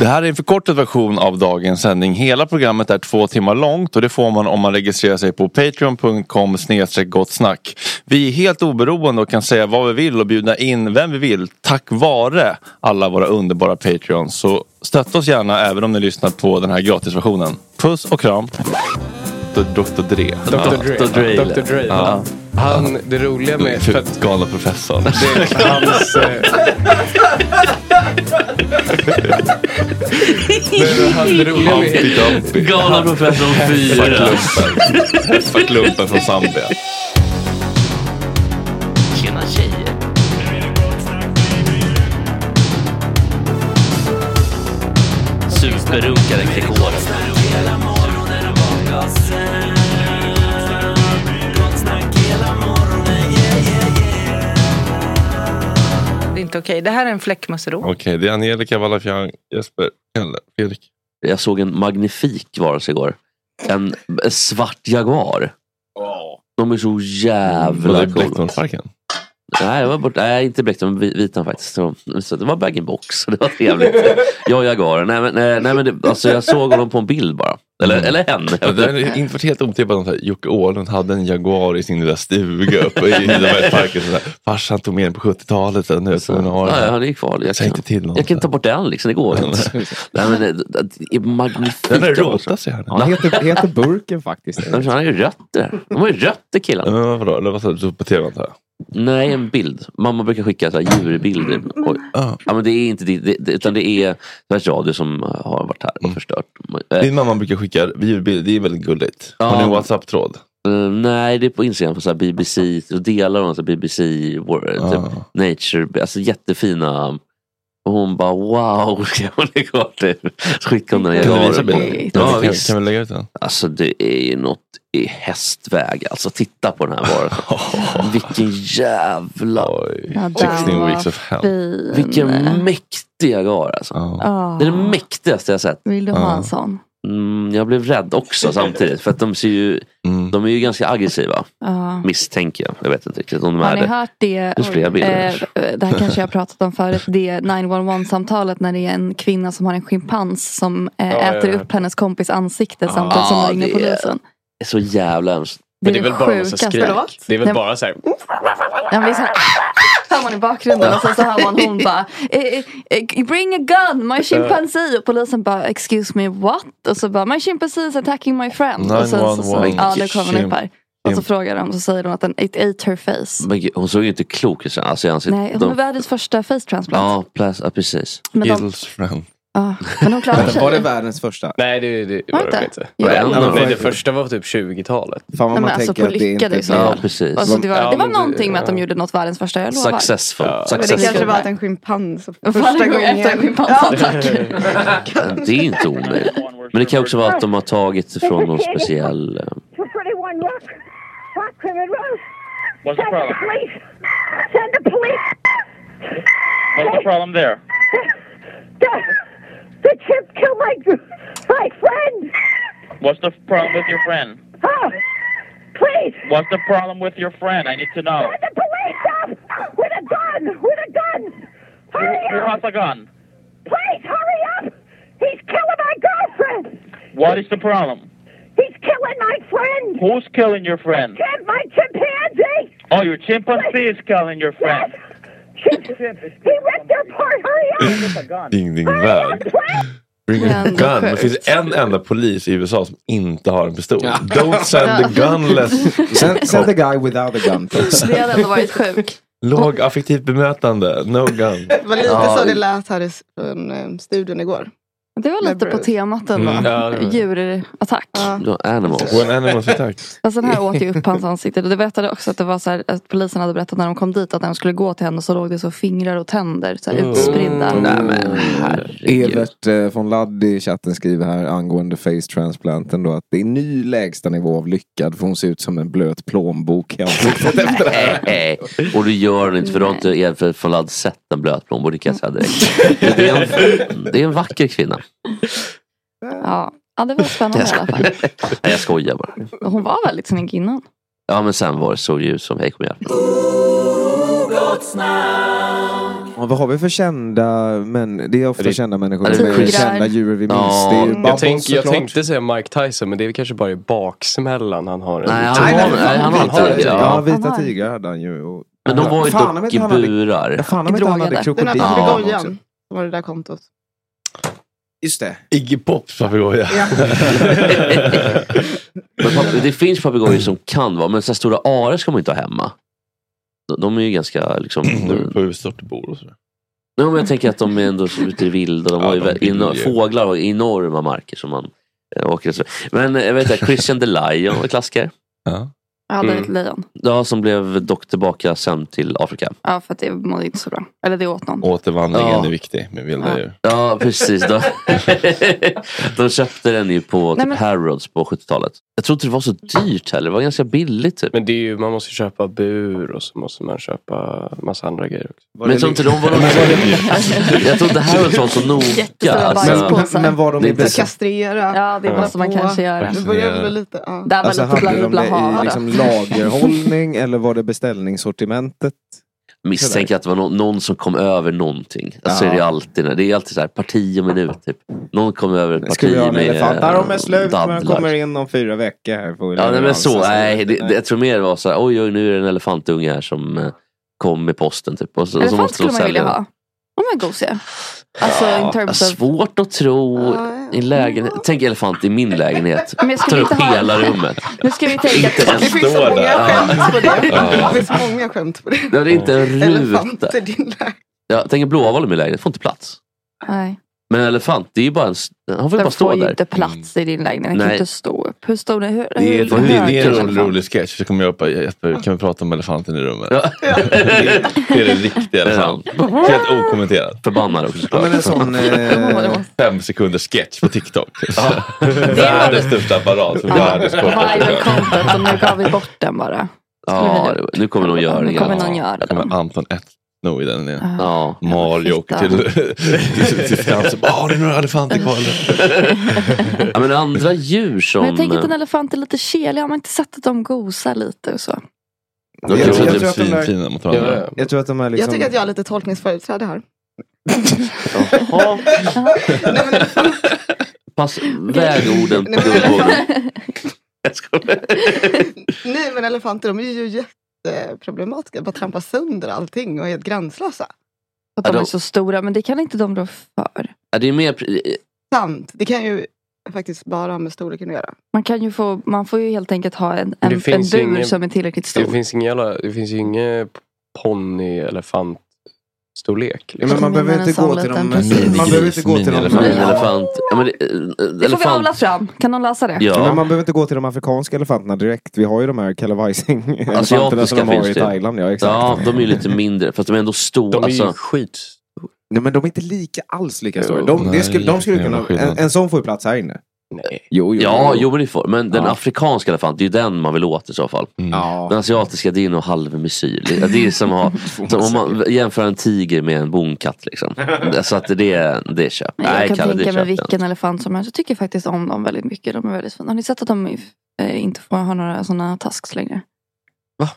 Det här är en förkortad version av dagens sändning. Hela programmet är två timmar långt och det får man om man registrerar sig på patreon.com gott snack. Vi är helt oberoende och kan säga vad vi vill och bjuda in vem vi vill tack vare alla våra underbara patreons. Så stötta oss gärna även om ni lyssnar på den här gratisversionen. Puss och kram. Dr. Dre. Dr. Dre. Dr. Dre. Dr. Dre. Ja. Han, det roliga med... För att Galna professorn. det är hans... eh, Nej, men han, det roliga med... Galna professorn 4. Heffaklumpen från Zambia. Tjena tjejer. Superrunkaren Gregor. Det är inte okej. Det här är en fläckmössero. Okej, det är Angelica Wallafjang, Jesper, Kalle, Fredrik. Jag såg en magnifik varelse igår. En en svart jaguar. De är så Var jävla coola. det Blecktornsparken? Nej, jag var bort, nej, inte Blackton, men Vitan faktiskt. Så, så det var bag-in-box, det var trevligt. jag och Jaguaren. Nej, men, eh, nej, men det, alltså, jag såg honom på en bild bara. Eller, eller henne. Det där Mm. är inte varit helt otippat om så här, Jocke Åhlund hade en Jaguar i sin lilla stuga uppe i Nidbergsparken. så här, Farsan tog med den på 70-talet. Så här, nu är jag tvungen att ha Ja, ja, den. det är kvar. Jag Säg kan, inte till någon. jag kan ta bort den liksom, det går inte. Nej, men, det, det det är magnifikt. Den där också. rotar sig här nu. Ja. Heter, heter burken faktiskt. Men Han har ju rötter. De har ju rötter killarna. Ja, vadå? Det var så här, du på tv antar jag. Nej, en bild. Mamma brukar skicka så här djurbilder. Mm. Oj. Ja. Ja, men det är inte det, det, det- utan det är Sveriges Radio som har varit här och förstört. Eh, Min Mm. mamma brukar skicka djurbilder. Det är väldigt gulligt. Har Ja. ni en WhatsApp-tråd? Eh, nej, det är på Instagram. På så här BBC, så delar de så här BBC World, typ, Ja. Nature, alltså jättefina. Och hon bara wow, kan man lägga kvar det? Så skickade hon den Kan du här visa på. bilden? Ja, kan, visst. kan vi lägga ut den? Alltså det är ju något i hästväg. Alltså titta på den här varelsen. Vilken jävla, Oj. Ja, den 16 var weeks of hell. Fin. vilken mäktig jaguar alltså. Ja. Ja. Det är det mäktigaste jag sett. Vill du ha en sån? Mm, jag blev rädd också samtidigt. För att de, ser ju, Mm. de är ju ganska aggressiva. Ja. Misstänker jag. Jag vet inte riktigt om de Har är ni det. hört det? Det är flera bilder. eh, det här kanske jag har pratat om förut. Det 911-samtalet när det är en kvinna som har en schimpans som eh, äter upp hennes kompis ansikte samtidigt som Ja, hon ringer det är- polisen. Det är så jävla hemskt. Det är det är det, väl bara massa sjukaste. skrik. Det är väl Nej, bara så här. Ja, men det är så här, hör man i bakgrunden och sen så hör man hon bara eh, eh, Bring a gun, my chimpanzee och polisen bara excuse me what? Och så bara my chimpanzee is attacking my friend. Och sen så, så, 911. ja, nu kommer den upp här. Och så Chimp. frågar de så säger de att den, it ate her face. Men gud, hon såg ju inte klok ut. Alltså, i ansiktet. Nej, hon är de, världens första face transplant. ja, plas, ja, precis. men, de, Hills friend. ja, men hon klarade sig. Var det världens första? Nej, det, det Var var det det? inte. Jo. Ja, Ja, men- Nej, det första var typ 20-talet. Fan vad Nej, man men alltså tänker på att det lyckade i så inte Ja, fall. precis. Alltså, det var, Ja, det var men det- någonting med att de gjorde något världens första, jag lovar. Successful. Ja. Successful. Men det kanske var att en schimpans Varje gång efter en Oh. schimpansattack. Det är inte omöjligt. Men det kan också vara att de har tagit från någon speciell... eh, 221 Rock, Rock Road. What's Send the police. Send the police. What's the problem there? The, the chip killed my my friend. What's the problem with your friend? Oh, please, What's the problem with your friend? I need to know. the police up with a gun, with a gun. Who Hurry has up! a gun? Please hurry up. He's killing my girlfriend. What is the problem? He's killing my friend. Who's killing your friend? Chip, my chimpanzee. Oh, your chimpanzee is killing your friend. She, he ripped her apart. Hurry up. Ding ding värld. Bring a Men, gun. Det sjukt. finns en enda polis i USA som inte har en pistol. Don't send the gunless. Send, send the guy without a gun. Det hade ändå varit sjukt. Låg affektivt bemötande. No gun. Det var lite Ja. så det lät här i s- från eh, studion igår. Det var lite på temat ändå. Mm, ja, det var det. Djurattack. No, animals. When animals attack. Fast den här åt ju upp hans ansikte. Det berättade också att det var så här, att polisen hade berättat när de kom dit att när de skulle gå till henne så låg det så fingrar och tänder så här, Mm. utspridda. Mm. Evert eh, von Ladd i chatten skriver här angående face transplanten då att det är ny lägstanivå av lyckad för hon ser ut som en blöt plånbok i ansiktet efter det här. Nej. Och det gör den inte för du har inte Edfred von Ladd sett en blöt plånbok. Det kan jag säga direkt. Det är en, det är en vacker kvinna. Ja. ja, det var spännande i alla fall. Nej, jag skojar bara. Hon var väldigt snygg innan. Ja men sen var det så ljus som hej kom igen. Och vad har vi för kända män? Det är ofta kända människor. Alltså, som är kända djur vi minns. Det är ju jag, Bubbles tänk, jag såklart. tänkte säga Mike Tyson men det är väl kanske bara i baksmällan han har en. Nej, han har- nej, han har en tiger, ja. Ja, Han vita har- tigrar hade han ju. och- Men de var ju Fan, dock vet i han hade- burar. Ja, Fan om inte han hade Den här krokodiler. papegojan. Det var det där kontot. Just det. Iggy Pops papegoja. Men pap- det finns papegojor som kan vara, men så här stora arar ska man inte ha hemma. De, de är ju ganska liksom... På huvudstart bor och sådär. Nej, men jag tänker att de är ändå så ute i det vilda. De Ja, har ju de vä- vill eno- ju. fåglar har ju enorma marker som man eh, åker. och så. Men eh, jag vet inte, Christian the Lion var klassiker. Ja. Ja, det är ett Mm. lejon. Ja, som blev dock tillbaka sen till Afrika. Ja, för att det mådde inte så bra. Eller det åt någon. Återvandringen Ja. är viktig med vilda djur. Ja, precis. De, de köpte den ju på Nej, typ men- Harrods på 70-talet. Jag tror inte det var så dyrt heller. Det var ganska billigt typ. Men det är ju, man måste ju köpa bur och så måste man köpa massa andra grejer också. Men jag tror inte de var Jag tror inte Harrods var så noga. alltså. Jättestora bajspåsar. Men var de Det är i inte bäst- kastrera. Ja, det Ja. måste man kanske göra. Det börjar bli lite... Ja. Där var Alltså lite hade bland de bland det i havar. liksom lagerhållning eller var det beställningssortimentet? Misstänker att det var nå- någon som kom över någonting. Alltså Ja. är det, alltid, det är alltid så här parti och minut. Typ. Någon kom över ett Ska parti vi ha en med elefant? Där de är eh, slut men dadlar. kommer in om fyra veckor. Här får vi Ja, nej, men leverans. så, Alltså, nej, det, det, jag tror mer det var så här, oj, oj, nu är det en elefantunge här som eh, kom med posten. Typ. Och så, och så Elefant måste de skulle man ju vilja sälja den. ha. De är gosiga. Alltså in terms of... Mm. Svårt att tro i lägenhet. Tänk elefant i min lägenhet. Men jag Tar skulle upp inte ha- hela rummet. Nu ska vi tänka... Inte ens Det finns så står många där. skämt på det. Ja. Det finns många skämt på det. Det är inte en ruta. Elefanter, din lä- Ja, tänk en blåval i min lägenhet, får inte plats. Nej. Men en elefant, det är ju bara en, s- han får ju bara Den stå får ju där. inte plats i din lägenhet. Den kan Nej. inte stå upp. Hur stor är hur, Det är, hur det, hög det är en den? rolig, rolig sketch. Så kommer jag upp och Jesper, kan vi prata om elefanten i rummet? Ja. det är en riktig elefant. Helt okommenterad. Förbannad också Ja, men en sån eh, fem sekunders sketch på TikTok. Världens största apparat. för Världens kortaste Viral skärm. content och nu gav vi bort den bara. Ja, det- nu kommer någon göra det. Nu kommer igen. någon göra det. Nu kommer Anton ett sno i den igen. Ja. Mario åker till, till, till Skansen. Bara, Har du några elefanter kvar? ja, men andra djur som... eh, Men jag tänker eh, att en elefant är lite kelig. Har man inte sett att de gosar lite och så? De Jag- kanske jag är tror att de där- svinfina mot varandra. Jag tror att de här Jag liksom... tycker att jag har lite tolkningsföreträde här. Pass, väg orden på guldbågen. Jag skojar. Nej men elefanter de är ju jätteproblematiska. Bara trampar sönder allting och är helt gränslösa. Att de Ja, är de- så stora. Men det kan inte de rå för. Ja, det är mer... pri- Sant. Det kan ju faktiskt bara ha med storleken att göra. Man, kan ju få, man får ju helt enkelt ha en, Men en, det en finns bur ju ingen- som är tillräckligt stor. Det finns ingen jävla, det finns ju ingen ponny liksom. elefant storlek. Ja, men man behöver inte gå till de... Man behöver inte gå till de... Elefant. Ja, men, det- eh, Det får vi elefant. avla fram. Kan någon läsa det? Ja. Men man behöver inte gå till de afrikanska elefanterna direkt. Vi har ju de här Kalavaising-elefanterna som Asiatiska de har finns i det. Thailand. Ja, exakt. ja, de alltså- är ju lite mindre. Fast de är ändå stora. De är ju skit. Nej men de är inte lika alls lika stora. Jo. De, det Nej, skulle, de skulle jävla kunna, skillnad. en, en sån får ju plats här inne. Nej. Jo, jo, ja, jo. jo, men, det får, men den afrikanska i alla fall, det är ju den man vill åt i så fall. Mm. Den asiatiska, det är nog halvmesyr. Det, det är som, att ha, som om man jämför en tiger med en bonkatt. Liksom. Så att det, det köper Men jag Nej, kan Kalle, det tänka mig köper jag. vilken elefant som helst. Jag tycker faktiskt om dem väldigt mycket. De är väldigt fina. Har ni sett att de eh, inte får ha några sådana tasks längre?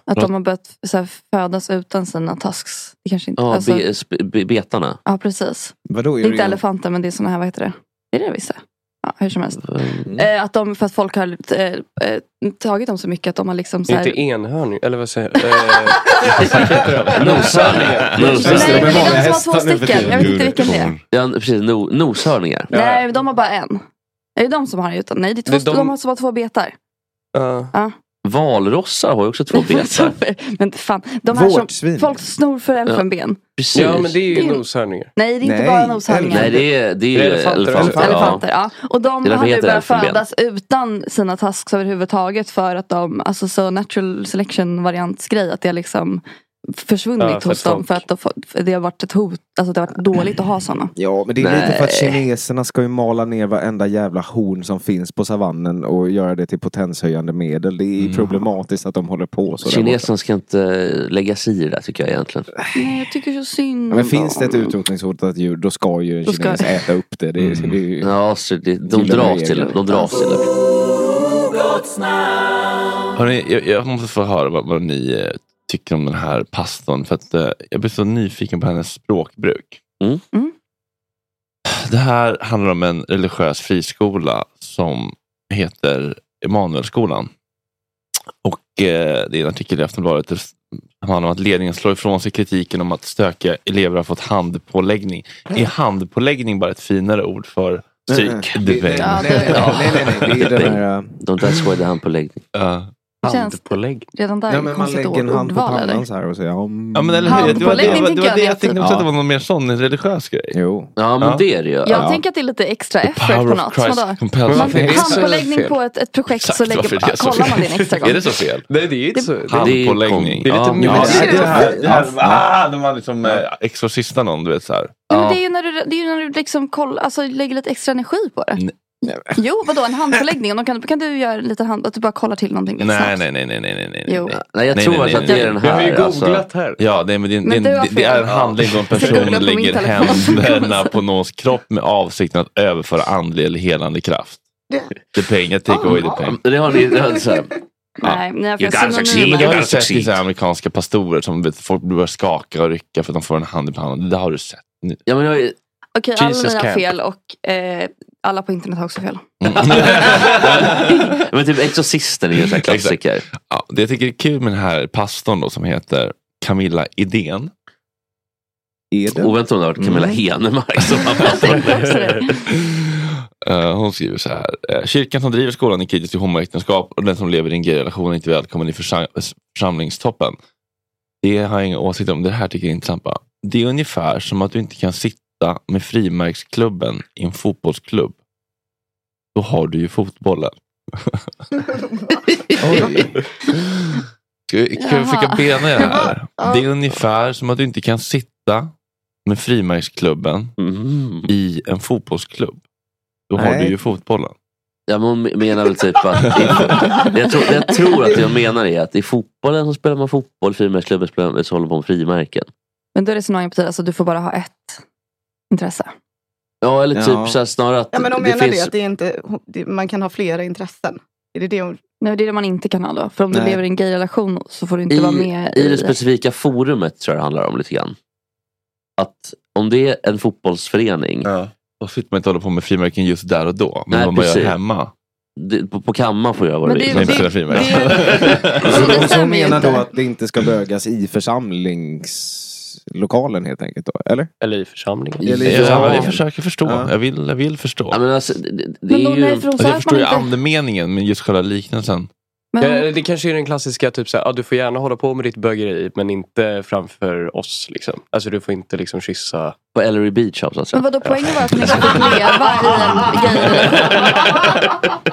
Att de har börjat så här, födas utan sina tasks. Det kanske inte... Ja, alltså, be, sp- be, betarna. ja precis. Vadå, Det är är inte det- elefanter men det är sådana här, vad heter det? Det är det vissa. Ja, hur som helst. Mm. Eh, att de, för att folk har eh, eh, tagit dem så mycket att de har liksom så Det är här, inte enhörning, eller vad säger jag? Noshörningar. Noshörningar. Nej, det är de som har två stycken. Jag vet inte vilken det är. Ja, precis. No, noshörningar. Nej, de har bara en. Är det de som har en utan? Nej, det är Det är två, de... de- har som har två betar. Ja. Valrossar har ju också två betar. Men fan, de här som Vårdsvin. folk snor för elfenben. Precis. Ja, men det är ju noshörningar. Nej, det är inte bara noshörningar. Nej, det är, det är, ju elefanter. Elefanter, ja. Och Det de är därför har nu heter börjat elfenben. födas utan sina tasks överhuvudtaget för att de, alltså så natural selection variantsgrej, att det har liksom försvunnit Ja, för hos att dem för att de, fått- för det har varit ett hot, alltså det har varit dåligt att ha sådana. Ja, men det är lite för att kineserna ska ju mala ner varenda jävla horn som finns på savannen och göra det till potenshöjande medel. Det är Mm. problematiskt att de håller på så. där borta. Kineserna ska inte eh, lägga sig i det där tycker jag egentligen. Nej, jag tycker så synd Ja, om men finns det typ- ett Mm. dem. utrotningshotat djur, då ska ju en Då ska- kines äta upp det. det, är, det är ju... Mm. Ja, så det, de dras till det. De dras till det. Hörrni, jag, jag måste få höra vad, vad ni eh, tycker om den här pastorn. För att eh, jag blir så nyfiken på hennes språkbruk. Mm. Det här handlar om en religiös friskola som heter Emanuelskolan. Och eh, det är en artikel i Aftonbladet där det handlar om att ledningen slår ifrån sig kritiken om att stökiga elever har fått handpåläggning. Är handpåläggning bara ett finare ord för Nej, psyk? nej. Det- nej, nej, nej, nej, nej, nej, det är den här, eh, De där skojade handpåläggning. Handpåläggning. Redan där Ja, är det men man konstigt lägger en ord- hand på ordval, eller? pannan så här och säger mm." om... Ja men eller hur, det var det, det, Handpåläggning var, det, tycker var jag det vet. jag tänkte också, att det Ja. var någon mer sån religiös grej. Jo. Ja men det är det ju. Jag tänker att det är lite extra effort power på of något. Christ Vadå? compels Man us. Varför är det så handpåläggning fel? på ett, ett projekt så lägger, varför är det så kollar fel? man det en extra gång. Är det så fel? Nej, det är inte så. Handpåläggning. Det är lite ja, mysigt. det, här, det här, ah, när man liksom eh, exorcistar någon, du vet så här. Nej, men det är ju när du, det är ju när du liksom koll, alltså, lägger lite extra energi på det. Jo, vadå en handpåläggning? Om de Kan, kan du göra en liten hand, att du bara kollar till någonting lite Nej, snabbt? nej, nej, nej, nej, nej, nej. Jo. Nej, jag tror alltså att det är den här, Jag har ju googlat alltså. här. Ja, det, men det, Men det, du har det, det är en fel. handling då en Jag ska person googla på min lägger telefon. händerna på någons kropp med avsikten att överföra andlig eller helande kraft. The pain, jag take away the pain. Det har ni, det har ni så här. Nej, nej, för You gotta jag synonymer. succeed, you gotta sett i så här amerikanska pastorer som vet, folk börjar skaka och rycka för att de får en hand i pannan. Det har du sett. Ja, men jag, Okej, Jesus alla ni har camp. fel och eh, alla på internet har också fel. Mm. Men typ Exorcisten är ju en sån här klassiker. ja, det jag tycker är kul med den här pastorn då som heter Camilla Idén. Eden? Oväntat om det har varit Camilla Henemark som har Eh, Hon skriver så här. eh, Kyrkan som driver skolan är kritisk till homoäktenskap och den som lever i en gayrelation är inte välkommen i försam- församlingstoppen. Det har jag inga åsikter om. Det här tycker jag är intressant. bara. Det är ungefär som att du inte kan sitta med frimärksklubben i en fotbollsklubb. Då har du ju fotbollen. Ska vi- Ska vi försöka Jaha. bena i det här? Ja. Det är ungefär som att du inte kan sitta med frimärksklubben i en fotbollsklubb. Då har Mm. Nej. du ju fotbollen. Ja, men hon menar väl typ att... jag, tror, jag tror att det jag menar är att i fotbollen så spelar man fotboll, i frimärksklubben spelar man, så håller man på med frimärken. Men då är resonemanget betyder alltså att du får bara ha ett intresse. Ja, eller typ Ja. så här, snarare att Ja, men de det menar det, finns... att det är inte, det, man kan ha flera intressen. Är det det hon... Nej, det är det man inte kan ha då. För om du Nej. lever i en gayrelation så får du inte vara med I, I det specifika forumet tror jag det handlar om lite grann. Att om det är en fotbollsförening. Då sitter man inte och håller på med frimärken just där och då. Men Nej, vad man gör precis. hemma. Det, på, på kammaren får jag göra vad Men du vill. det- det- Men- Så de som stämmer ju menar då inte. att det inte ska bögas i församlingslokalen helt enkelt då, eller? Eller i församlingen. Eller i jag, församlingen. jag försöker förstå. Ja. Jag, vill, jag vill förstå. Alltså, men alltså, det, det Men är hon ju- är från så här jag att förstår man ju inte- andemeningen, men just själva liknelsen. Ja, det kanske är den klassiska, typ såhär, ah, du får gärna hålla på med ditt bögeri men inte framför oss. Liksom. Alltså du får inte liksom kyssa... På Ellery Beach House alltså? Men vadå, poängen var att man inte fick leva i en gayrelation.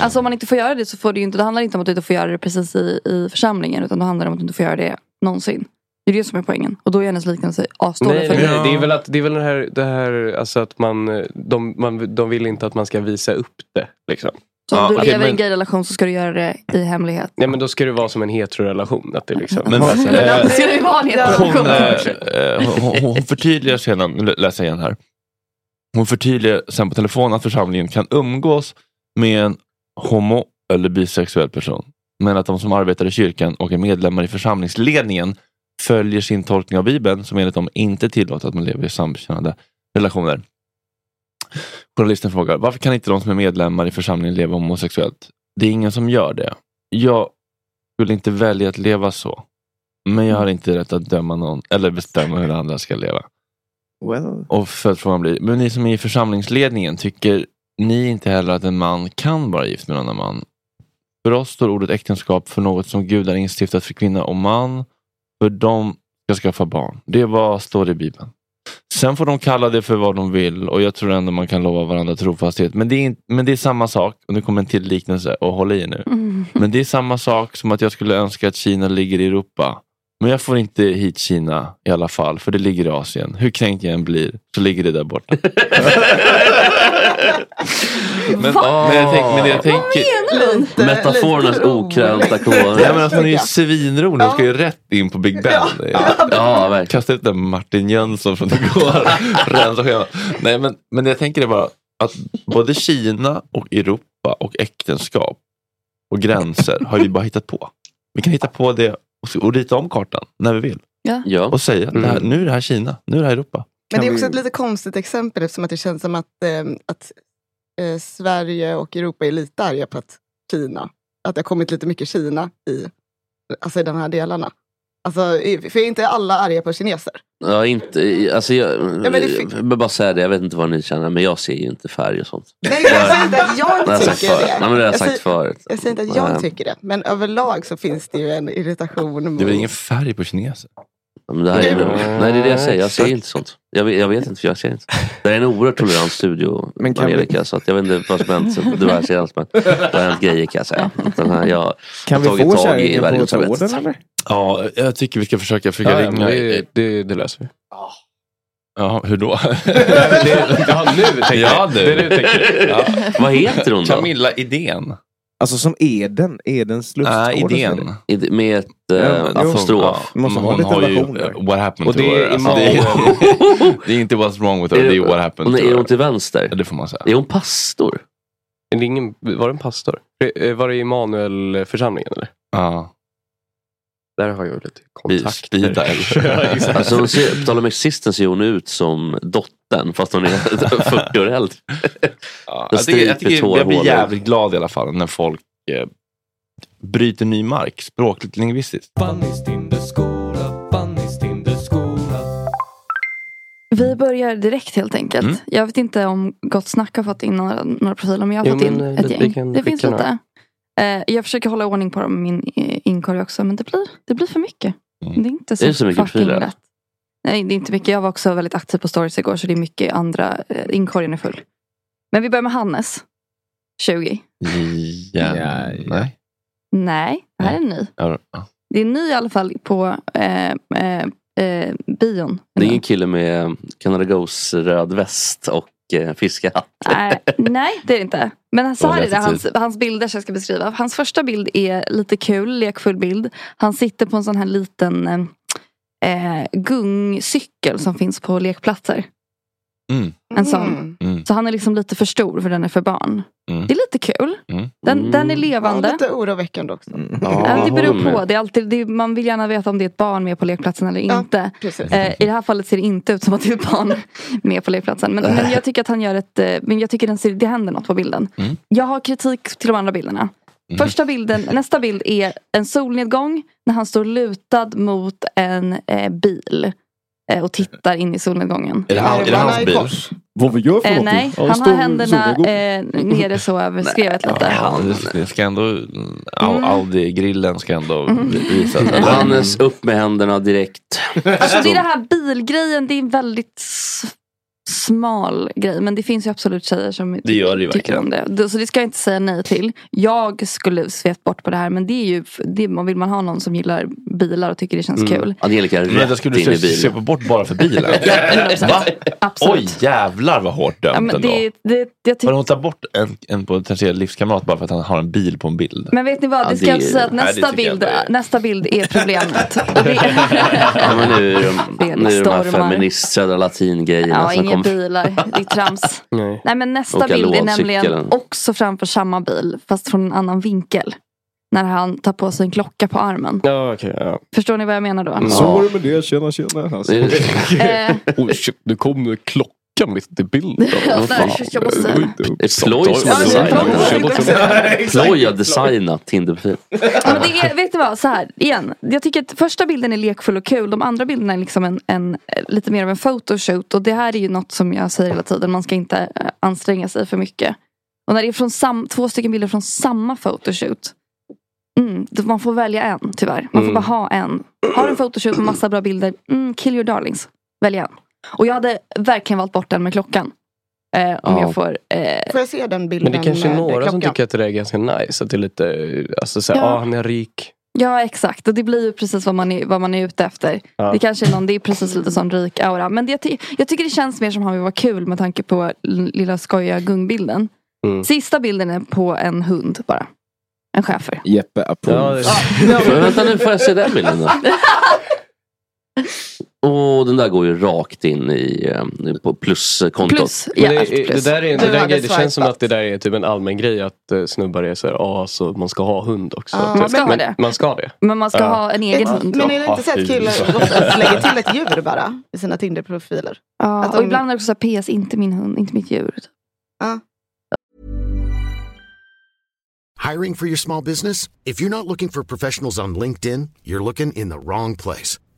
Alltså om man inte får göra det så får du ju inte, det handlar inte om att du inte får göra det precis i, i församlingen utan det handlar om att du inte får göra det någonsin. Det är det som är poängen. Och då är hennes liknelse asdålig. Nej, för nej, mig. nej. Det är väl, att, det är väl det här, det här alltså att man, eh, de, man, de vill inte att man ska visa upp det. Liksom. Så om du Att- lever i men- en gayrelation så ska du göra det i hemlighet. Nej men då ska det vara som en heterorelation. Att det liksom, Men- Alltså, Men eh, Ska du vara en Hon, heterorelation? eh, eh, hon, hon förtydligar sedan, nu lä- läser jag igen här. Hon förtydligar sen på telefon att församlingen kan umgås med en homo eller bisexuell person. Men att de som arbetar i kyrkan och är medlemmar i församlingsledningen följer sin tolkning av Bibeln som enligt dem inte tillåter att man lever i samkönade relationer. Journalisten frågar, varför kan inte de som är medlemmar i församlingen leva homosexuellt? Det är ingen som gör det. Jag skulle inte välja att leva så. Men jag har inte rätt att döma någon eller bestämma hur andra ska leva. Well. Och följdfrågan blir, men ni som är i församlingsledningen, tycker ni inte heller att en man kan vara gift med en annan man? För oss står ordet äktenskap för något som Gud har instiftat för kvinna och man, för de ska skaffa barn. Det är vad står det i Bibeln. Sen får de kalla det för vad de vill och jag tror ändå man kan lova varandra trofasthet. Men det är, in- men det är samma sak, och nu kommer en till liknelse, och håll i er nu. Mm. Men det är samma sak som att jag skulle önska att Kina ligger i Europa. Men jag får inte hit Kina i alla fall, för det ligger i Asien. Hur kränkt jag än blir, så ligger det där borta. men, men, jag tänk, men jag tänker... menar hon? Metaforernas okränkta kår. Ja, men alltså, hon är ju svinrolig. Hon ska ju rätt in på Big Ben. Ja. Kasta ut den Martin Jönsson från igår. Rensa schemat. Nej, men, men jag tänker det bara att både Kina och Europa och äktenskap och gränser har vi bara hittat på. Vi kan hitta på det och, och rita om kartan när vi vill. Ja. Och säga att det här, nu är det här Kina, nu är det här Europa. Men det är också ett lite konstigt exempel eftersom att det känns som att, eh, att eh, Sverige och Europa är lite arga på att Kina, att det har kommit lite mycket Kina i, alltså i de här delarna. Alltså, i- för är inte alla arga på kineser? Ja, inte, alltså jag, men det jag vill bara säga det, jag vet inte vad ni känner, men jag ser ju inte färg och sånt. Nej, jag säger inte att Det har jag jag sagt tycker förut. det. Nej, men det har jag sagt säger- förut. Jag säger inte att Nej. jag tycker det, men överlag så finns det ju en irritation. Det är väl mot- ingen färg på kineser? Ja, men det här är, nej, det är det jag säger. Jag ser inte sånt. Jag, vet- jag vet inte, för jag ser inte. Det här är en oerhört tolerant studio, Men kan vi- Angelica. Så att jag vet inte vad som hänt. sen Du har senast, men det har hänt grejer kan jag säga. Den här, jag, Kan vi jag har få tagit tag i kärringen på värdegrundsarbetet. tråden eller? Ja, jag tycker vi ska försöka, försöka Ja, ja, ringa. men det- löser vi. Ja, hur då? det- ja, nu tänker jag. Ja, du. Det är nu tänker jag. Ja. Vad heter hon då? Camilla Idén. Alltså som Eden, Edens lustgård. Nej, idén. Id- Med ett eh, Ja, men- apostrof. Ja, hon har ju eh, what happened Och to det her. är Alltså, imam. det, är, det är inte what's wrong with her, det är what happened Hon to är, är hon typ her. till vänster? Det får man säga. Är hon pastor? Är det ingen, var det en pastor? Eh, Var det Immanuelförsamlingen eller? Ja. Där har jag lite Spida kontakter. Ja, exakt. Alltså hon ser, på tal om Existence ser hon ut som dottern fast hon är 40 år äldre. Ja, Med jag, tycker, jag, stripigt tycker, hår, jag blir hål. jävligt glad i alla fall när folk eh, bryter ny mark språkligt lingvistiskt. Vi börjar direkt helt enkelt. Mm. Jag vet inte om Gott Snack har fått in några, några profiler, men jag har Jo, fått in men, eh, ett vi- vi gäng. kan Det finns skicka lite. Eh, jag försöker hålla ordning på dem i min eh, inkorg också, men det blir, det blir för mycket. Det är inte så, Är det så mycket fucking profiler? lätt. Nej, det är inte mycket. Jag var också väldigt aktiv på stories igår, så det är mycket i andra. Eh, inkorgen är full. Men vi börjar med Hannes. 20. Ja, Nej. Nej, det här är ny. Ja, ja. Det är ny i alla fall på eh, eh, eh, bion. Det är ingen kille med Canada Goose röd väst och eh, fiskehatt. Nej, nej, det är det inte. Men så här är det, Dålig hans, attityd. hans bilder som jag ska beskriva. Hans första bild är lite kul, lekfull bild. Han sitter på en sån här liten eh, eh, gungcykel som finns på lekplatser. Mm. En sån. Mm. Så han är liksom lite för stor för den är för barn. Mm. Det är lite kul. Mm. Den, den är Ja, levande. lite oroväckande också. Ja, det beror på. Det är alltid, det är, man vill gärna veta om det är ett barn med på lekplatsen eller inte. precis. eh, I det här fallet ser det inte ut som att det är ett barn med på lekplatsen. Men, men jag tycker att han gör ett... eh, Men jag tycker den ser, det händer något på bilden. Mm. Jag har kritik till de andra bilderna. Första bilden, nästa bild är en solnedgång när han står lutad mot en eh, bil eh, och tittar in i solnedgången. Är det, han, är det hans bil? Vad vi gör för Eh, någonting? nej, Ja, han stor har händerna solnedgång. eh, nere så över skrevet lite. Det ska ändå, mm, Au- Audi-grillen ska ändå Mm. visas. eller? Hannes upp med händerna direkt. Alltså, Alltså det är det här bilgrejen, det är väldigt s- smal grej. Men det finns ju absolut tjejer som Det gör det ju tycker om det. verkligen. Du- Så det ska jag inte säga nej till. Jag skulle svept bort på det här men det är ju, det, man vill man ha någon som gillar bilar och tycker det Mm. känns kul. Angelica Men vänta, rätt skulle du in i se- bilen. svepa bort bara för bilen? Va? Oj jävlar vad hårt Ja, dömt men, ändå. det, det, jag tyck- Men hon tar bort en, en potentiell livskamrat bara för att han har en bil på en bild. men vet ni vad, Ja, det ska det- jag säga att nej, det nästa, tycker jag bild, nästa bild är problemet. Ja, men nu är Det är de, nu är de här stormar. feminist södra latin-grejerna ja, som inga kommer. bilar, det är trams. Nej. Nej men nästa Åka bild är lådcykeln. nämligen också framför samma bil fast från en annan vinkel. När han tar på sig en klocka på armen. Ja, okej. ja. Mm. Förstår ni vad jag menar då? Så var det med det, tjena tjena. Alltså. Oj, shit, nu kom ju klockan mitt i bilden. Eh. Ja, där, jag måste- Ett ploj som har designat. Ploj har designat Tinderprofil. Ja, men det är, vet du vad, så här igen. Jag tycker att första bilden är lekfull och kul. De andra bilderna är liksom en, en, eh, lite mer av en photoshoot. Och det här är ju något som jag säger hela tiden. Man ska inte eh, anstränga sig för mycket. Och när det är från sam, två stycken bilder från samma photoshoot. Mm, då man får välja en tyvärr. Man får Mm. bara ha en. Har du en photoshoot med massa bra bilder. Mm, kill your darlings. Välj en. Och jag hade verkligen valt bort den med klockan. Eh, om Ja. jag får... Eh... Får jag se den bilden Men det kanske är med några som klockan? tycker att det där är ganska nice. Att det är lite, alltså såhär, Ja. ah, han är rik. Ja exakt och det blir ju precis vad man är, vad man är ute efter. Ja. Det kanske är någon, det är precis lite sån rik aura. Men det, jag ty- jag tycker det känns mer som han vill vara kul med tanke på l- lilla skojiga gungbilden. Mm. Sista bilden är på en hund bara. En schäfer. Jeppe approves. Ah, Men Vänta nu, får jag se den bilden då? Åh, den där går ju rakt in i eh, på pluskontot. Men det, det där är, det, där grej, det känns som att det där är typ en allmän grej att eh, snubbar är såhär, ah, så man ska ha hund också. Ja, Typ. man ska ha men, det. Man ska det. Men man ska Ja. ha en egen hund. Men är det inte så att killar oftast lägger till ett djur bara i sina Tinder-profiler? Ja, Att och de- ibland är det också så här, PS, inte min hund, inte mitt djur. Hiring for your small business? If you're not looking for professionals on LinkedIn, you're looking in the wrong place.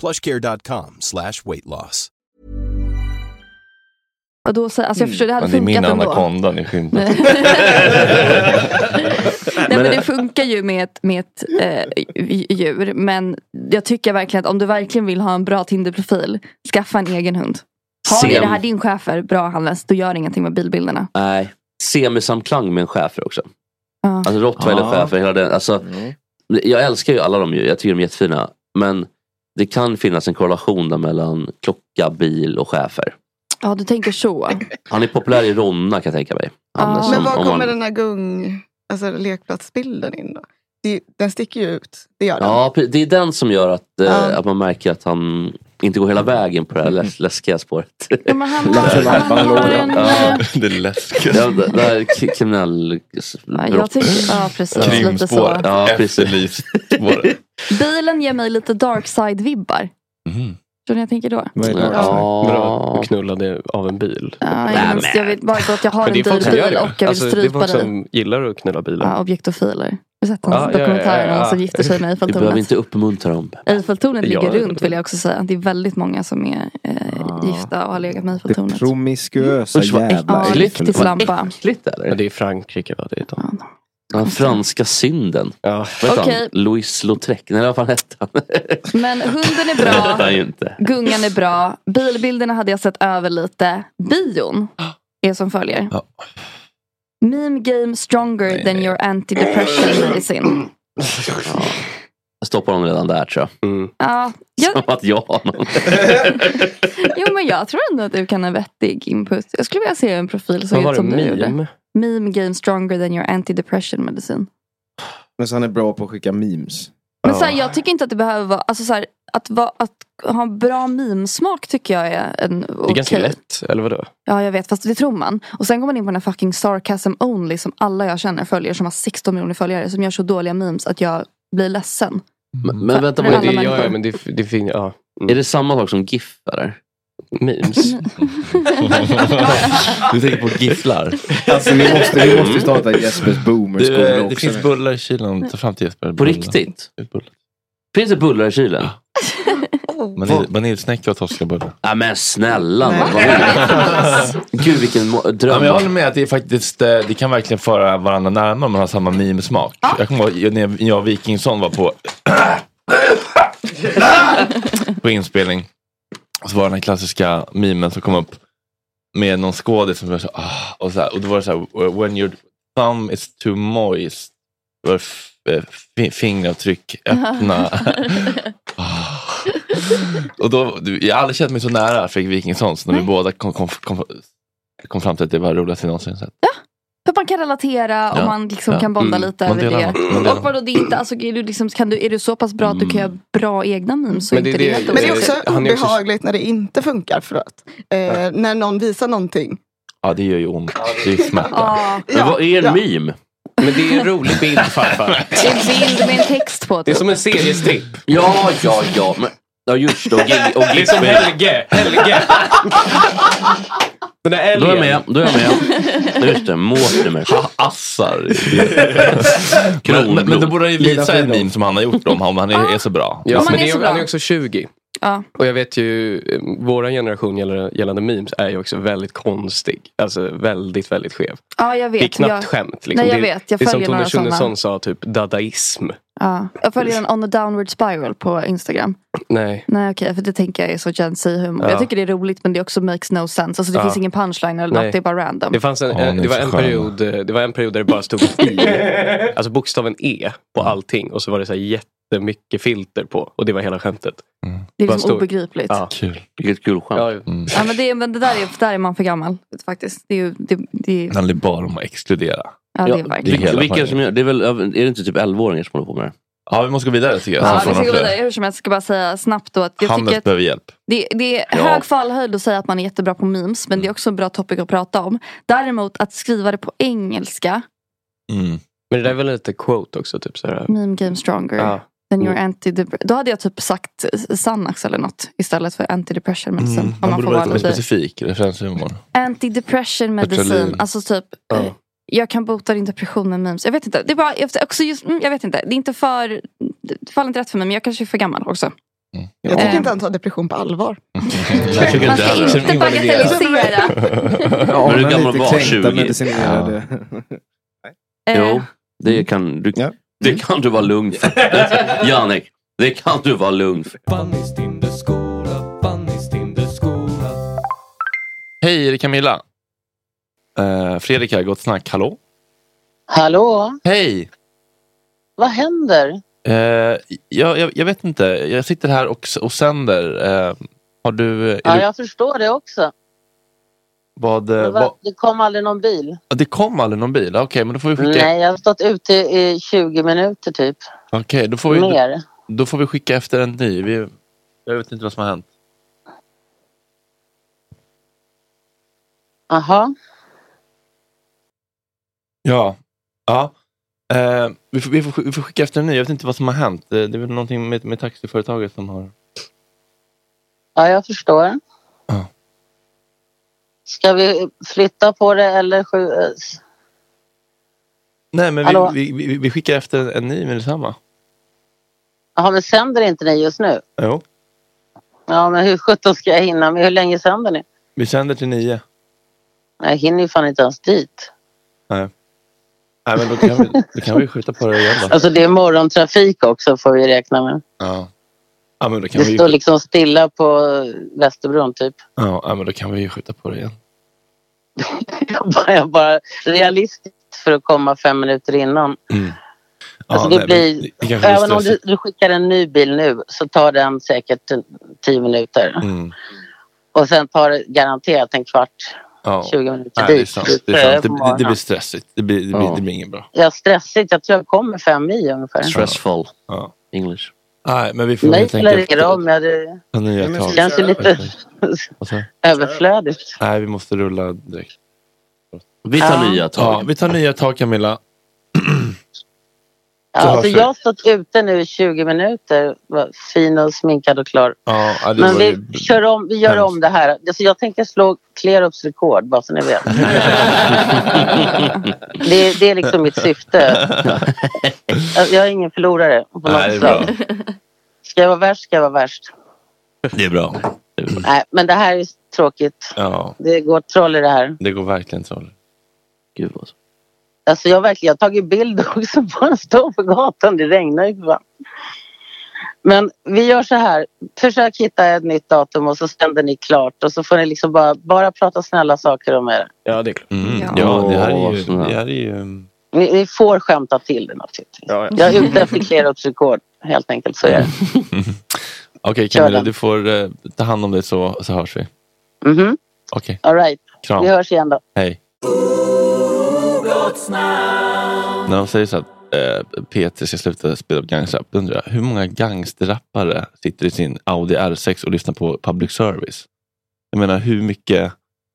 Plushcare.com slash weight loss. Och då, så, alltså jag förstår, det hade Mm. Men det är funkat min ändå. anakonda, ni skymtar. Nej, men det funkar ju med ett, med ett eh, djur. Men jag tycker verkligen att om du verkligen vill ha en bra Tinder-profil, skaffa en egen hund. Har ni Sen- det här din chefer, bra Hannes, då gör det ingenting med bilbilderna. Nej, semisamklang med en schäfer också. Ja. Alltså rottweiler, Ja. schäfer, hela den. Alltså, Mm. Jag älskar ju alla de ju, jag tycker de är jättefina. Men det kan finnas en korrelation där mellan klocka, bil och schäfer. Ja, du tänker så. Han är populär i Ronna kan jag tänka mig. Anders, Men om- var om kommer man- den här gung, alltså lekplatsbilden in då? Det, den sticker ju ut, det gör den. Ja, pre- det är den som gör att, eh, Ja. att man märker att han inte går hela vägen på det här läs- läskiga spåret. Ja, men han har- han har en, eh, Det läskiga spåret. Det här k- kriminell... jag tycker- ja, precis, lite Krimspår, så. Ja, precis. Bilen ger mig lite dark side-vibbar. Tror ni jag tänker då? Mhm. Ja. Bra, knullade av en bil. Ja, jag, minns, jag vet bara gott jag har Men en det är dyr folk som gör bil det. och jag vill Alltså, det är strypa folk dig. som gillar att knulla bilar. Ja, objektofiler. Har du sett hans Ja, ja, ja, dokumentär om ja, någon ja. som gifter sig med Vi behöver Eiffeltornet? inte uppmuntra dem. Eiffeltornet Ja, ligger det- runt vill jag också säga. Det är väldigt många som är eh, gifta och har legat med Eiffeltornet. Promiskuösa Usch, vad jävla äckligt. Ja, riktig äckel. slampa. Äckligt eller? Det är Frankrike va? Det är de. Den franska synden. Ja. Vad hette Okej. han? Louis Lautrec? Nej, vad fan hette han? Men hunden är Det hette bra, han ju inte. gungan är bra, bilbilderna hade jag sett över lite. Bion är som följer. Meme game stronger than your anti-depression medicine. Jag stoppar honom redan där tror jag. Mm. Ja, jag, Som att jag har någon. jo men jag tror ändå att du kan ha vettig input. Jag skulle vilja se hur en profil Vad såg var ut det, som du meme? gjorde. Meme game stronger than your anti-depression medicine. Men så han är bra på att skicka memes. Men så här, jag tycker inte att det behöver vara, alltså så här, att, va, att ha bra memesmak tycker jag är en Det är ganska okej- lätt, eller vadå? Ja jag vet, fast det tror man. Och sen går man in på den här fucking sarcasm only som alla jag känner följer som har 16 miljoner följare som gör så dåliga memes att jag blir ledsen. Men, men vänta, Men vad är alla det? människor. Ja, ja, men det, det fin, ja. mm. Är det samma sak som GIF eller? Memes? du tänker på gifflar? Alltså vi måste, vi måste starta Jespers boomers Du, eh, också. Mm. det finns bullar i kylen. Ta fram till Jesper. På riktigt? Finns det bullar i kylen? Vanil- Vaniljsnäcka och toskabullar. Ja men snälla man. vad vill du? Gud vilken mo- Ja, dröm. men jag håller med att det är faktiskt, eh, det kan verkligen föra varandra närmare om man har samma mimsmak. Jag kommer ihåg när jag och Wikingsson var på, på inspelning. Och så var det den här klassiska mimen som kom upp med någon skådis som var så ah, och så här, och då var det så här, when your thumb is too moist, då var det f- eh, fi- fingeravtryck öppna. och då, du, jag har aldrig känt mig så nära Fredrik Wikingsson så när vi båda kom, kom, kom, kom fram till att det var det roligaste jag någonsin sett. För att man kan relatera och Ja. man liksom Ja. kan bonda Mm. lite Man över delar något. Man det. delar Och vadå, det är inte, alltså, är, du liksom, kan du, är du så pass bra Mm. att du kan göra bra egna memes så Men det är inte är det, det- helt Men Men det är otroligt. också Han är också- obehagligt när det inte funkar. Förlåt. Eh, När någon visar någonting. Ja det gör ju ont, det är smärta. Ja. Men vad är en Ja. meme? Men det är en rolig bild farfar. Det är en bild med en text på. Det är som en seriestripp. Ja, ja, ja. Men, ja just det. Och, gig, och Det är som Helge. Helge. Den där Då är jag älgen. med. Då är jag med. Just det, Mortimer. Assar. Kronblom. Men, men, men då borde han ju Lilla visa en Fridolf. meme som han har gjort om han, han Ah. är, är så bra. Ja, men men det det- är, han är också 20. Ja. Och jag vet ju, eh, våran generation gällande, gällande memes är ju också väldigt konstig. Alltså väldigt, väldigt skev. Ja, jag vet. Det är knappt jag, skämt. Liksom. Nej, jag det, är- vet. Jag det är som följer Tone några sådana. Schunnesson sa, typ dadaism. Ja. Jag följer den on a downward spiral på Instagram. Nej. Nej okej, för det tänker jag är så Gen Z-humor. Ja. Jag tycker det är roligt men det också makes no sense. Alltså det Ja. finns ingen punchline eller Nej. något, det är bara random. Det, fanns en, Ja, eh, ni är det, var så en sköna. period, eh, det var en period där det bara stod i. Alltså bokstaven E på Mm. allting. Och så var det så här jättemycket filter på. Och det var hela skämtet. Det är Bara liksom stod- obegripligt. Ja. Mm. Kul. Mm. Vilket kul skämt. Ja, men det, är- men det där, är, där är man för gammal faktiskt. Det är ju, det, det är, Det handlar bara om att exkludera. ja, det är verkligen. Vilka, hela vilka poängen. som gör, det är, väl, är det inte typ 11-åringar som håller på med det Ja, vi måste gå vidare tycker jag. Ja, Så får vi ska man gå fler. vidare. Hur som helst, jag ska bara säga snabbt då att jag Hannes tycker att behöver hjälp. Det, det är Ja. Mm. hög fallhöjd att säga att man är jättebra på memes men det är också en bra topic att prata om. Däremot att skriva det på engelska, Mm. Men det där är väl lite quote också? Typ så här. meme game stronger Ja. than your Mm. anti Då hade jag typ sagt Xanax eller något istället för antidepression medicin. Mm. Man borde vara lite mer specifik. Referenshumor. Antidepression medicin, Sertralin. alltså typ Ja. jag kan bota din depression med memes. Jag vet inte, det är bara, jag- också just, mm, jag vet inte. Det är inte för, det faller inte rätt för mig men jag kanske är för gammal också. Mm. Jag tycker Eh. inte han tar depression på allvar. Jag tycker Man inte ska heller. inte Som bagatellisera. Men hur gammal var han? 20? medicinerade. Eh. Jo, det kan du, det kan du vara lugn för. Jannik, det kan du vara lugn för. Hej, är det Camilla? Eh, Fredrik här, Gott Snack. Hallå? Hallå, Hej! vad händer? Eh, jag, jag, jag vet inte, jag sitter här och, och sänder. Eh, har du... är Ja, du jag förstår det också. vad, eh, Men vad, va, det kom aldrig någon bil. det kom aldrig någon bil? Okej, men då får vi skicka... Nej, jag har stått ute i 20 minuter typ. Okej, då, får vi- Mer. då får vi skicka efter en ny. Vi, jag vet inte vad som har hänt. Aha. Ja. ja. Eh, vi, får, vi, får, vi får skicka efter en ny. Jag vet inte vad som har hänt. Eh, Det, det är väl någonting med, med taxiföretaget som har... Ja, jag förstår. Ska vi flytta på det eller skju- Nej, Hallå? men vi, vi, vi, vi skickar efter en ny med detsamma. Jaha, men sänder inte ni just nu? Jo, Ja, men hur sjutton ska jag hinna? Men hur länge sänder ni? vi sänder till nio. Jag hinner ju fan inte ens dit. Nej. Nej, men då kan, vi, då kan vi skjuta på det igen då. Alltså det är morgontrafik också får vi räkna med. Ja. Ja, men då kan Det vi, står liksom stilla på Västerbron typ. ja, ja, men då kan vi ju skjuta på det igen. Jag bara, jag bara realistiskt för att komma fem minuter innan. Alltså Mm. Ja, det nej, blir, det- det kanske blir även om du, stressigt. du skickar en ny bil nu så tar den säkert en- tio minuter. Mm. Och sen tar det garanterat en kvart, Ja. 20 minuter Nej, det är dit. sant. Det, är sant. det, det på blir morgonen. stressigt. Det blir, det blir, det blir inget bra. Jag är stressigt, jag tror jag kommer fem i ungefär. Stressful. Ja. English. Nej, men vi får Nej, helt spelar enkelt... ingen roll. men Det ta nya det tag. känns ju lite Eh. Vad sa du? överflödigt. Nej, vi måste rulla direkt. Vi tar Ja. nya tag. Ja, vi tar nya tag Camilla. Ja, Så hörs alltså vi. jag har stått ute nu i 20 minuter, var fin och sminkad och klar. Ja, ja, det Men var vi, ju- kör om, vi gör hemskt. om det här. Alltså jag tänker slå Klerups rekord, bara så ni vet. det, det är liksom mitt syfte. Alltså, Jag är ingen förlorare på Nej, det något är bra. sätt. Ska jag vara värst, ska jag vara värst. Det är bra. Nej, men det här är tråkigt. Ja, Det går troll i det här. det går verkligen troll. Gud vad... Alltså jag, har verkligen, jag har tagit bild också på en står på gatan. Det regnar ju för fan. Men vi gör så här. Försök hitta ett nytt datum och så sänder ni klart. Och så får ni liksom bara, bara prata snälla saker om er. Ja, det är klart. Ja, Mm. ja det här är ju... Åh, Det här är ju Ni, ni får skämta till det naturligtvis. Jag är ute efter Klerups rekord helt enkelt. Så är det. Okej Camilla, du får eh, ta hand om dig så, så hörs vi. Mhm. Okej, All right. Kram. Vi hörs igen då. hej. När de säger så att eh, Peter ska sluta spela gangsterrap, då undrar jag hur många gangsterrappare sitter i sin Audi R6 och lyssnar på public service? Jag menar, hur mycket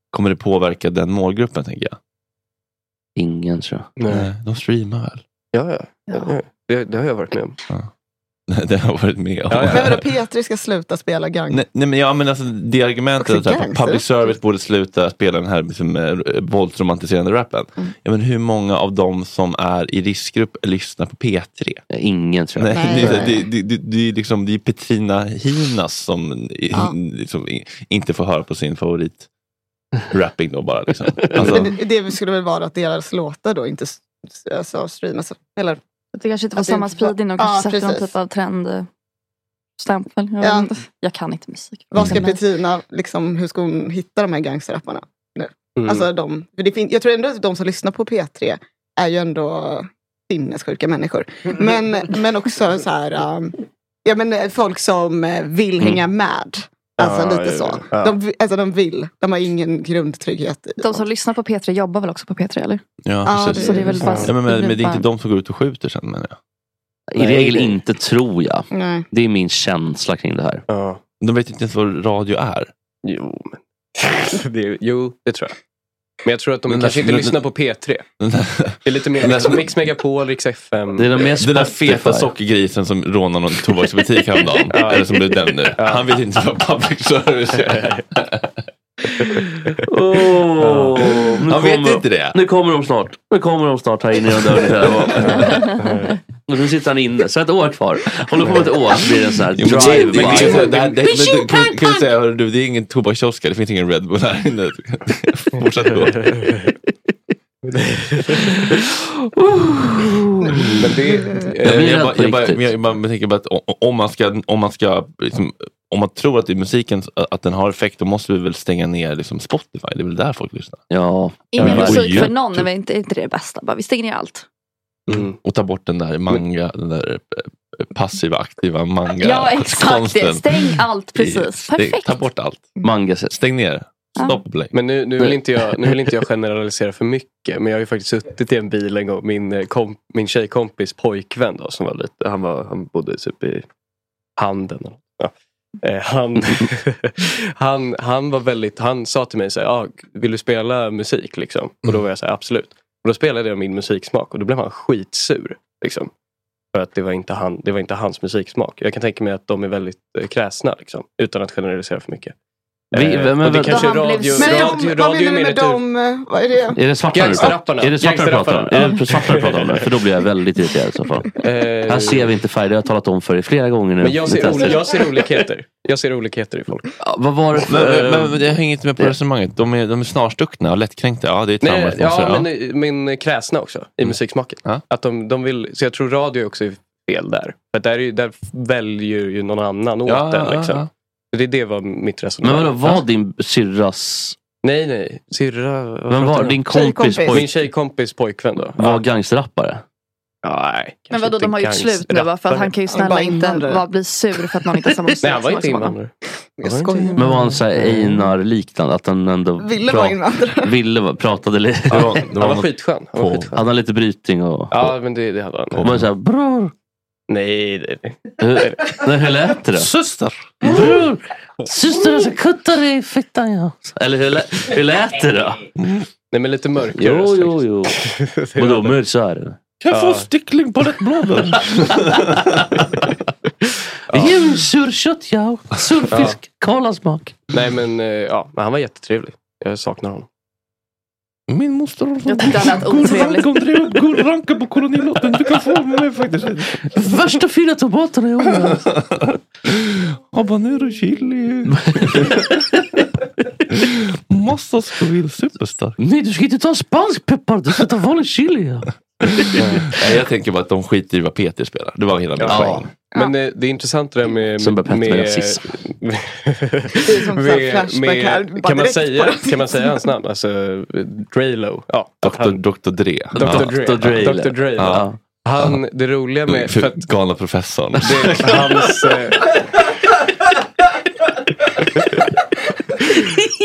kommer det påverka den målgruppen, tänker jag? Eh. Ingen tror jag. Nej, de streamar väl? Ja, ja. ja. Det, det har jag varit med om. det har jag varit med om. Men vadå, Petri ska sluta spela gang? Nej, nej men jag men alltså det argumentet Också att så här, gangster. public service borde sluta spela den här liksom, eh, våldsromantiserande rappen. Mm. Ja, men hur många av dem som är i riskgrupp lyssnar på P3? Ingen tror Nej, jag. det, är så här, det, det, det, det är liksom, det är Petrina Hinas som i- Ja. liksom, i- inte får höra på sin favorit rapping då bara. Liksom. Alltså, Men det, det skulle väl vara att deras låtar då inte s- s- alltså, streamas? Eller? Att det kanske inte var Att det samma inte var- spridning och Ja, kanske sätter någon precis. typ av trendstämpel. Jag, Ja. vet inte. jag kan inte musik. Vad ska Mm. Men- Petrina, liksom, hur ska hon hitta de här gangsterrapparna? Nu? Mm. Alltså, de, för det fin- jag tror ändå att de som lyssnar på P3 är ju ändå sinnessjuka människor. Men, men också så här, um, ja, men, eh, folk som eh, vill hänga med. Alltså Ja, lite ja, så. ja. De, vi- alltså, de vill, de har ingen grundtrygghet. i- De som lyssnar på P3 jobbar väl också på P3 eller? ja, Ja, precis. så det är väl bara- ja, men, men, men det är inte bara- de som går ut och skjuter sen menar jag. I regel inte tror jag. Nej. Det är min känsla kring det här. De vet inte ens vad radio är. Jo, men... det, är- jo, det tror jag. Men jag tror att de Men kanske där- inte men- lyssnar på P3. Det är lite mer Men där- liksom Mix Megapol, Rix FM. Det är de mer Den där Spotify. feta sockergrisen som rånade någon tobaksbutik häromdagen. Ja. Eller som blev den nu. Han vet inte vad public service är. Oh, nu Han vet kommer- inte det. Nu kommer de snart. Nu kommer de snart här inne genom dörren. Där. Och nu sitter han inne, så ett år kvar. Håller på med ett år så blir det en sån här Liksom. Jo, men det- men det- drive-by. det- det- det- det- kan- Kan du säga, hörru du, det är ingen tobakskiosk här. Det finns ingen Red Bull här inne. Fortsätt gå. Men det... Jag, eh, jag, bara- jag, bara- jag, jag, bara- jag tänker bara att o- om man ska, om man ska liksom, om man tror att det är musiken att den har effekt, då måste vi väl stänga ner liksom Spotify. Det är väl där folk lyssnar. Ja. Ingen Ja, musik för YouTube. någon är väl inte, inte det bästa. Bara, vi stänger ner allt. Och ta bort den där manga, den där eh, passiva aktiva manga Ja exakt. konsten. Det. Stäng allt precis. Stäng- Perfekt. Ta bort allt. Manga Stäng ner. Stopp och play. Men nu, nu, vill inte jag, nu vill inte jag generalisera för mycket, men jag har ju faktiskt suttit i en bil en gång. Min, eh, kom, min tjejkompis pojkvän då, som var lite, han, var, han bodde typ i Handen. eller något. Ja. Eh, Han, han, han var väldigt, han sa till mig så här, ah, vill du spela musik? Liksom. Och då var jag så här, absolut. Och då spelade jag min musiksmak och då blev han skitsur. Liksom. För att det var, inte han, det var inte hans musiksmak. Jag kan tänka mig att de är väldigt eh, kräsna. Liksom, utan att generalisera för mycket. Vi- men- och det men- kanske är De har radio, blivit- Men de, radio, vad radio är mer menar ni med ett ur- dem? eh, Vad är det? Är det svarta du pratar Gangsterrapparna. om? Är det svarta du pratar om? Är det Gangsterrapparna. svarta du pratar om? nu? För då blir jag väldigt irriterad i så fall. Här ser vi inte färg, det har jag talat om för er flera gånger nu. Eh. Men jag ser, Lite oli- efter. jag ser olikheter. Jag ser olikheter i folk. Vad var det för... Men, men, men jag hänger inte med på resonemanget. De är, de är snarstuckna och lättkränkta. Ja, det är trauma. Nej, Nej, ja, men min kräsna också Mm. i musiksmaken. Att de, de vill, så jag tror radio också är fel där. För att där, är, ju- där väljer ju någon annan åt Ja, den. ja, Liksom. ja. Så Det, det var mitt resonemang. Men vadå, Ja. var din syrras... Nej, nej. Syrra... vad Men var pratar jag om? din kompis Tjejkompis. pojk- Min tjejkompis pojkvän då. Var gangsterrappare? Nej. Men vadå, de har gjort slut nu va? För att han kan ju snälla inte bara bli sur för att man inte har samma Nej, han var smak inte som honom. invandrare. Men var han så här Einar-liknande? Att han ändå Ville pra- vara invandrare. Ville vara- pratade lite. Ja, han var skitskön. Han var På- skitskön. Hade han lite bryting och... Ja, men det, det hade han. och man så här, bror. Nej, det, det. Hur, nej, hur lät det då? Syster! Bror! Syster, jag ska kutta dig i fittan ja. Eller hur, lä- hur lät det då? Nej, men lite mörkare Jo, röst, jo, jo. Vadå, mörkt så här? Kan jag få Ja. en stickling på läppbladen? Ge mig surkött ja. Surfisk. Kala smak. Nej, men eh, ja, men han var jättetrevlig. Jag saknar honom. Min moster har Jag tyckte han lät otrevlig. otrevlig. Guldranka på kolonilotten. Du kan få mig faktiskt. Värsta fina tomaterna i åren. Habanero chili. Massa skvill superstark. Nej, du ska inte ta spansk peppar. Du ska ta vanlig chili. Ja. Nej, jag tänker bara att de skiter i vad Peter spelar. Det var hela min Ja. poäng. Men eh, det är intressant det där med... Som med, börjar prata med rasism. med, som så här flashback här, bara kan, man direkt säga, på rasism. kan man säga hans namn? Alltså, eh, Drelo. Ja, att Dr. Dr. Dre. Dr. Dre. Dr. Dre. Dr. Dre. Ja. Han, det roliga med... För att Galna professorn. det, hans... eh,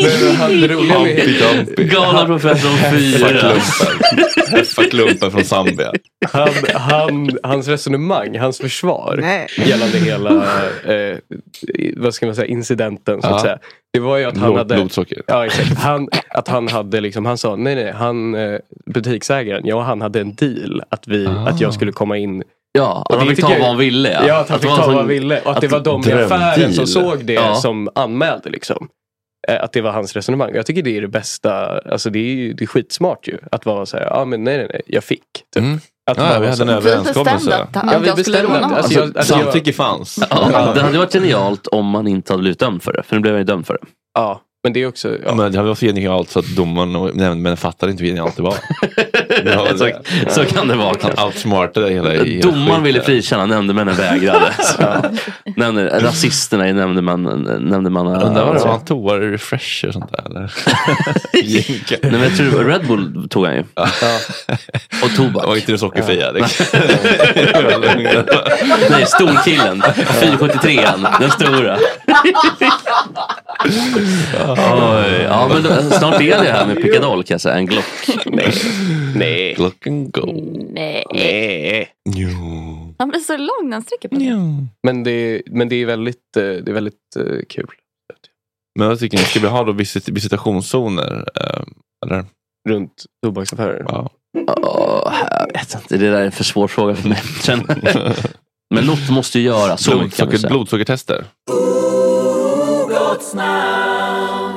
Nej, men han- det roliga med- Humpty Dumpty. Galna professorn fyra. Heffaklumpen. Heffaklumpen från Zambia. han, han, hans resonemang, hans försvar Nej. gällande hela eh, vad ska man säga, incidenten. Så att Ja. säga. Det var ju att han Blod- hade... blodsocker. Ja, exakt. Han, att han hade liksom, han sa nej, nej, han, eh, butiksägaren, jag och han hade en deal att, vi, att jag skulle komma in Ah. Ja, Och att han det fick ta tycker jag- vad han ville. Ja, att han det fick var ta en sån- vad han ville. Och att, det var de i drömdeal. affären som såg det Ja. som anmälde. Liksom. Eh, Att det var hans resonemang. Jag tycker det är det bästa. Alltså det är, ju, det är skitsmart ju. Att vara så här, ja ah, men nej nej nej, jag fick. Typ. Att Mm. Ja, man vi var hade så en här- överenskommelse. Ja, vi bestämde att- alltså, jag- alltså, jag- Samtycke fanns. Ja, det hade varit genialt om man inte hade blivit dömd för det. För nu blev jag ju dömd för det. Ja, men det är också... Ja. Men det var så genialt så att domaren och nämndemännen fattade inte hur genialt det var. Så- så kan det vara, Han outsmartade hela, hela Eh, Domaren skiten. ville frikänna, nämndemännen vägrade. Så. Nämnde, rasisterna i nämndemannen... nämndemannen Undrar vad det var han tog? Var det refresher och sånt där eller? Jinka. Nej, men jag tror Red Bull tog han ju. Och tobak. Var inte det sockerfria? liksom? Nej, storkillen. 473 den stora. Oj, ja, men då, snart är det här med pickadoll kan jag säga. En Glock. Nej. Nej. Glocken Alltså, go. Nej. Nej. Han blir så lång när han sträcker på sig. Men det, men det är väldigt, eh, det är väldigt eh, kul. Men jag tycker ni ska vi ha då visit- visitationszoner? eh, Eller? Runt tobaksaffärer? Ja. Åh, jag vet inte, det där är en för svår fråga för mig. känner jag. Men något måste ju göras. så mycket kan vi Blodsocker, säga. blodsockertester.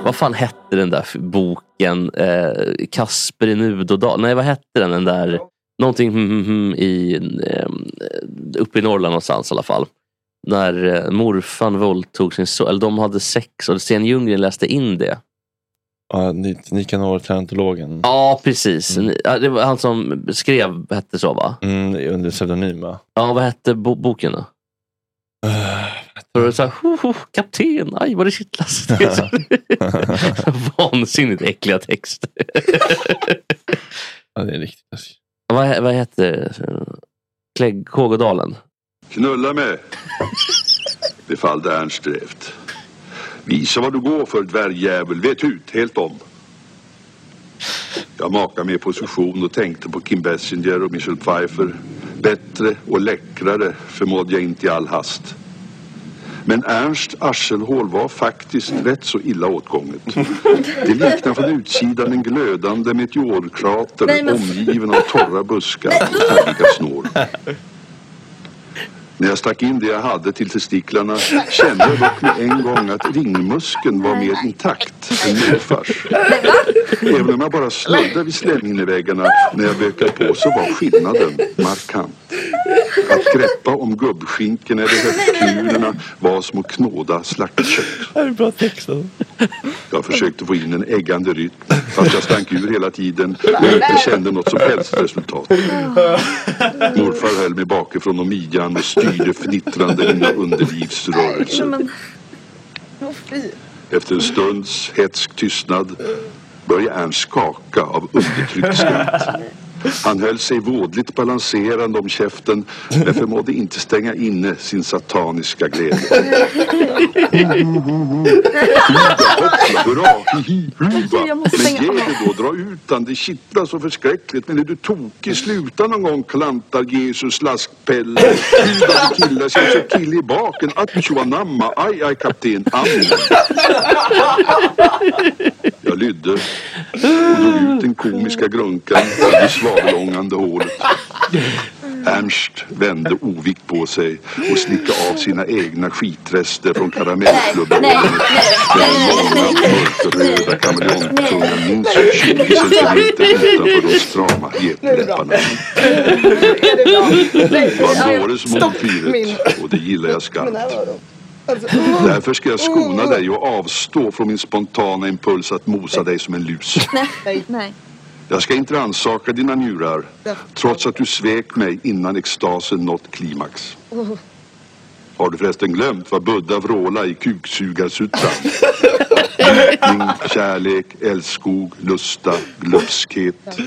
Vad fan hette den där f- boken? Eh, Kasper i Nudodal? Nej, vad hette den? den där, någonting mm, mm, mm, i, eh, uppe i Norrland någonstans i alla fall. När eh, morfan våldtog sin son. Eller de hade sex och Sten Ljunggren läste in det. Ja, Ni- Nikanor, Tarantologen. Ja, precis. Ja, Det var han som skrev hette så va? Mm, under pseudonym va? Ja, vad hette bo- boken då? För det så här, ho, ho, kapten, aj vad det kittlas. Det är så- Vansinnigt äckliga texter. ja, det är riktigt läskigt. Vad, vad hette Klägg- Kågodalen? Knulla mig, befallde Ernst Greft. Visa vad du går för dvärgjävel, vet ut, helt om. Jag makade mig i position och tänkte på Kim Bessinger och Michelle Pfeiffer. Bättre och läckrare förmådde jag inte i all hast. Men Ernst arselhål var faktiskt rätt så illa åtgånget. Det liknar från utsidan en glödande meteorkrater Nej, men- omgiven av torra buskar och tandliga snår. När jag stack in det jag hade till testiklarna kände jag dock med en gång att ringmuskeln var mer intakt än morfars. Även om jag bara snuddade vid slemhinneväggarna när jag bökade på så var skillnaden markant. Att greppa om gubbskinken eller höftkulorna var som att knåda slaktkött. Det är bra text alltså. Jag försökte få in en äggande rytm fast jag stank ur hela tiden och inte kände något som helst resultat. Morfar höll mig bakifrån om midjan och styrde fnittrande mina underlivsrörelser. Efter en stunds hätsk tystnad började Ernst skaka av undertryckt skratt. Han höll sig vådligt balanserande om käften men förmådde inte stänga inne sin sataniska glädje. Hoppla, hurra, hihi, huva. Jag måste Men stänga ge av. dig då, dra ut den. Det kittlar så förskräckligt. Men är du tokig, sluta någon gång klantar Jesus slaskpelle. Hudade killar ser ut som kille i baken. Attjo anamma, aj aj kapten, amen. Jag lydde och drog ut den komiska grunkan i det svavelångande hålet. Ernst vände ovikt på sig och slickade av sina egna skitrester från karamellklubben. Nej, Mörkröda kameleonttungan minst 20 centimeter utanför de strama getläpparna. Det var Dores målfiret och det gillar jag skarpt. Därför ska jag skona dig och avstå från min spontana impuls att mosa dig som en lus. Nej, nej. Jag ska inte rannsaka dina njurar trots att du svek mig innan extasen nått klimax. Har du förresten glömt vad Buddha vråla i kuksugarsutran? Njutning, kärlek, älskog, lusta, glupskhet.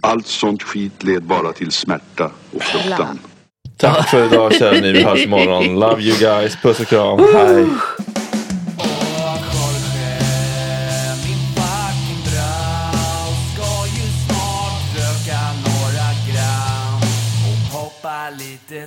Allt sånt skit led bara till smärta och fruktan. Tack för idag kära ni. Vi hörs imorgon. Love you guys. Puss och kram. Hej. Ska ju snart röka några gram och hoppa lite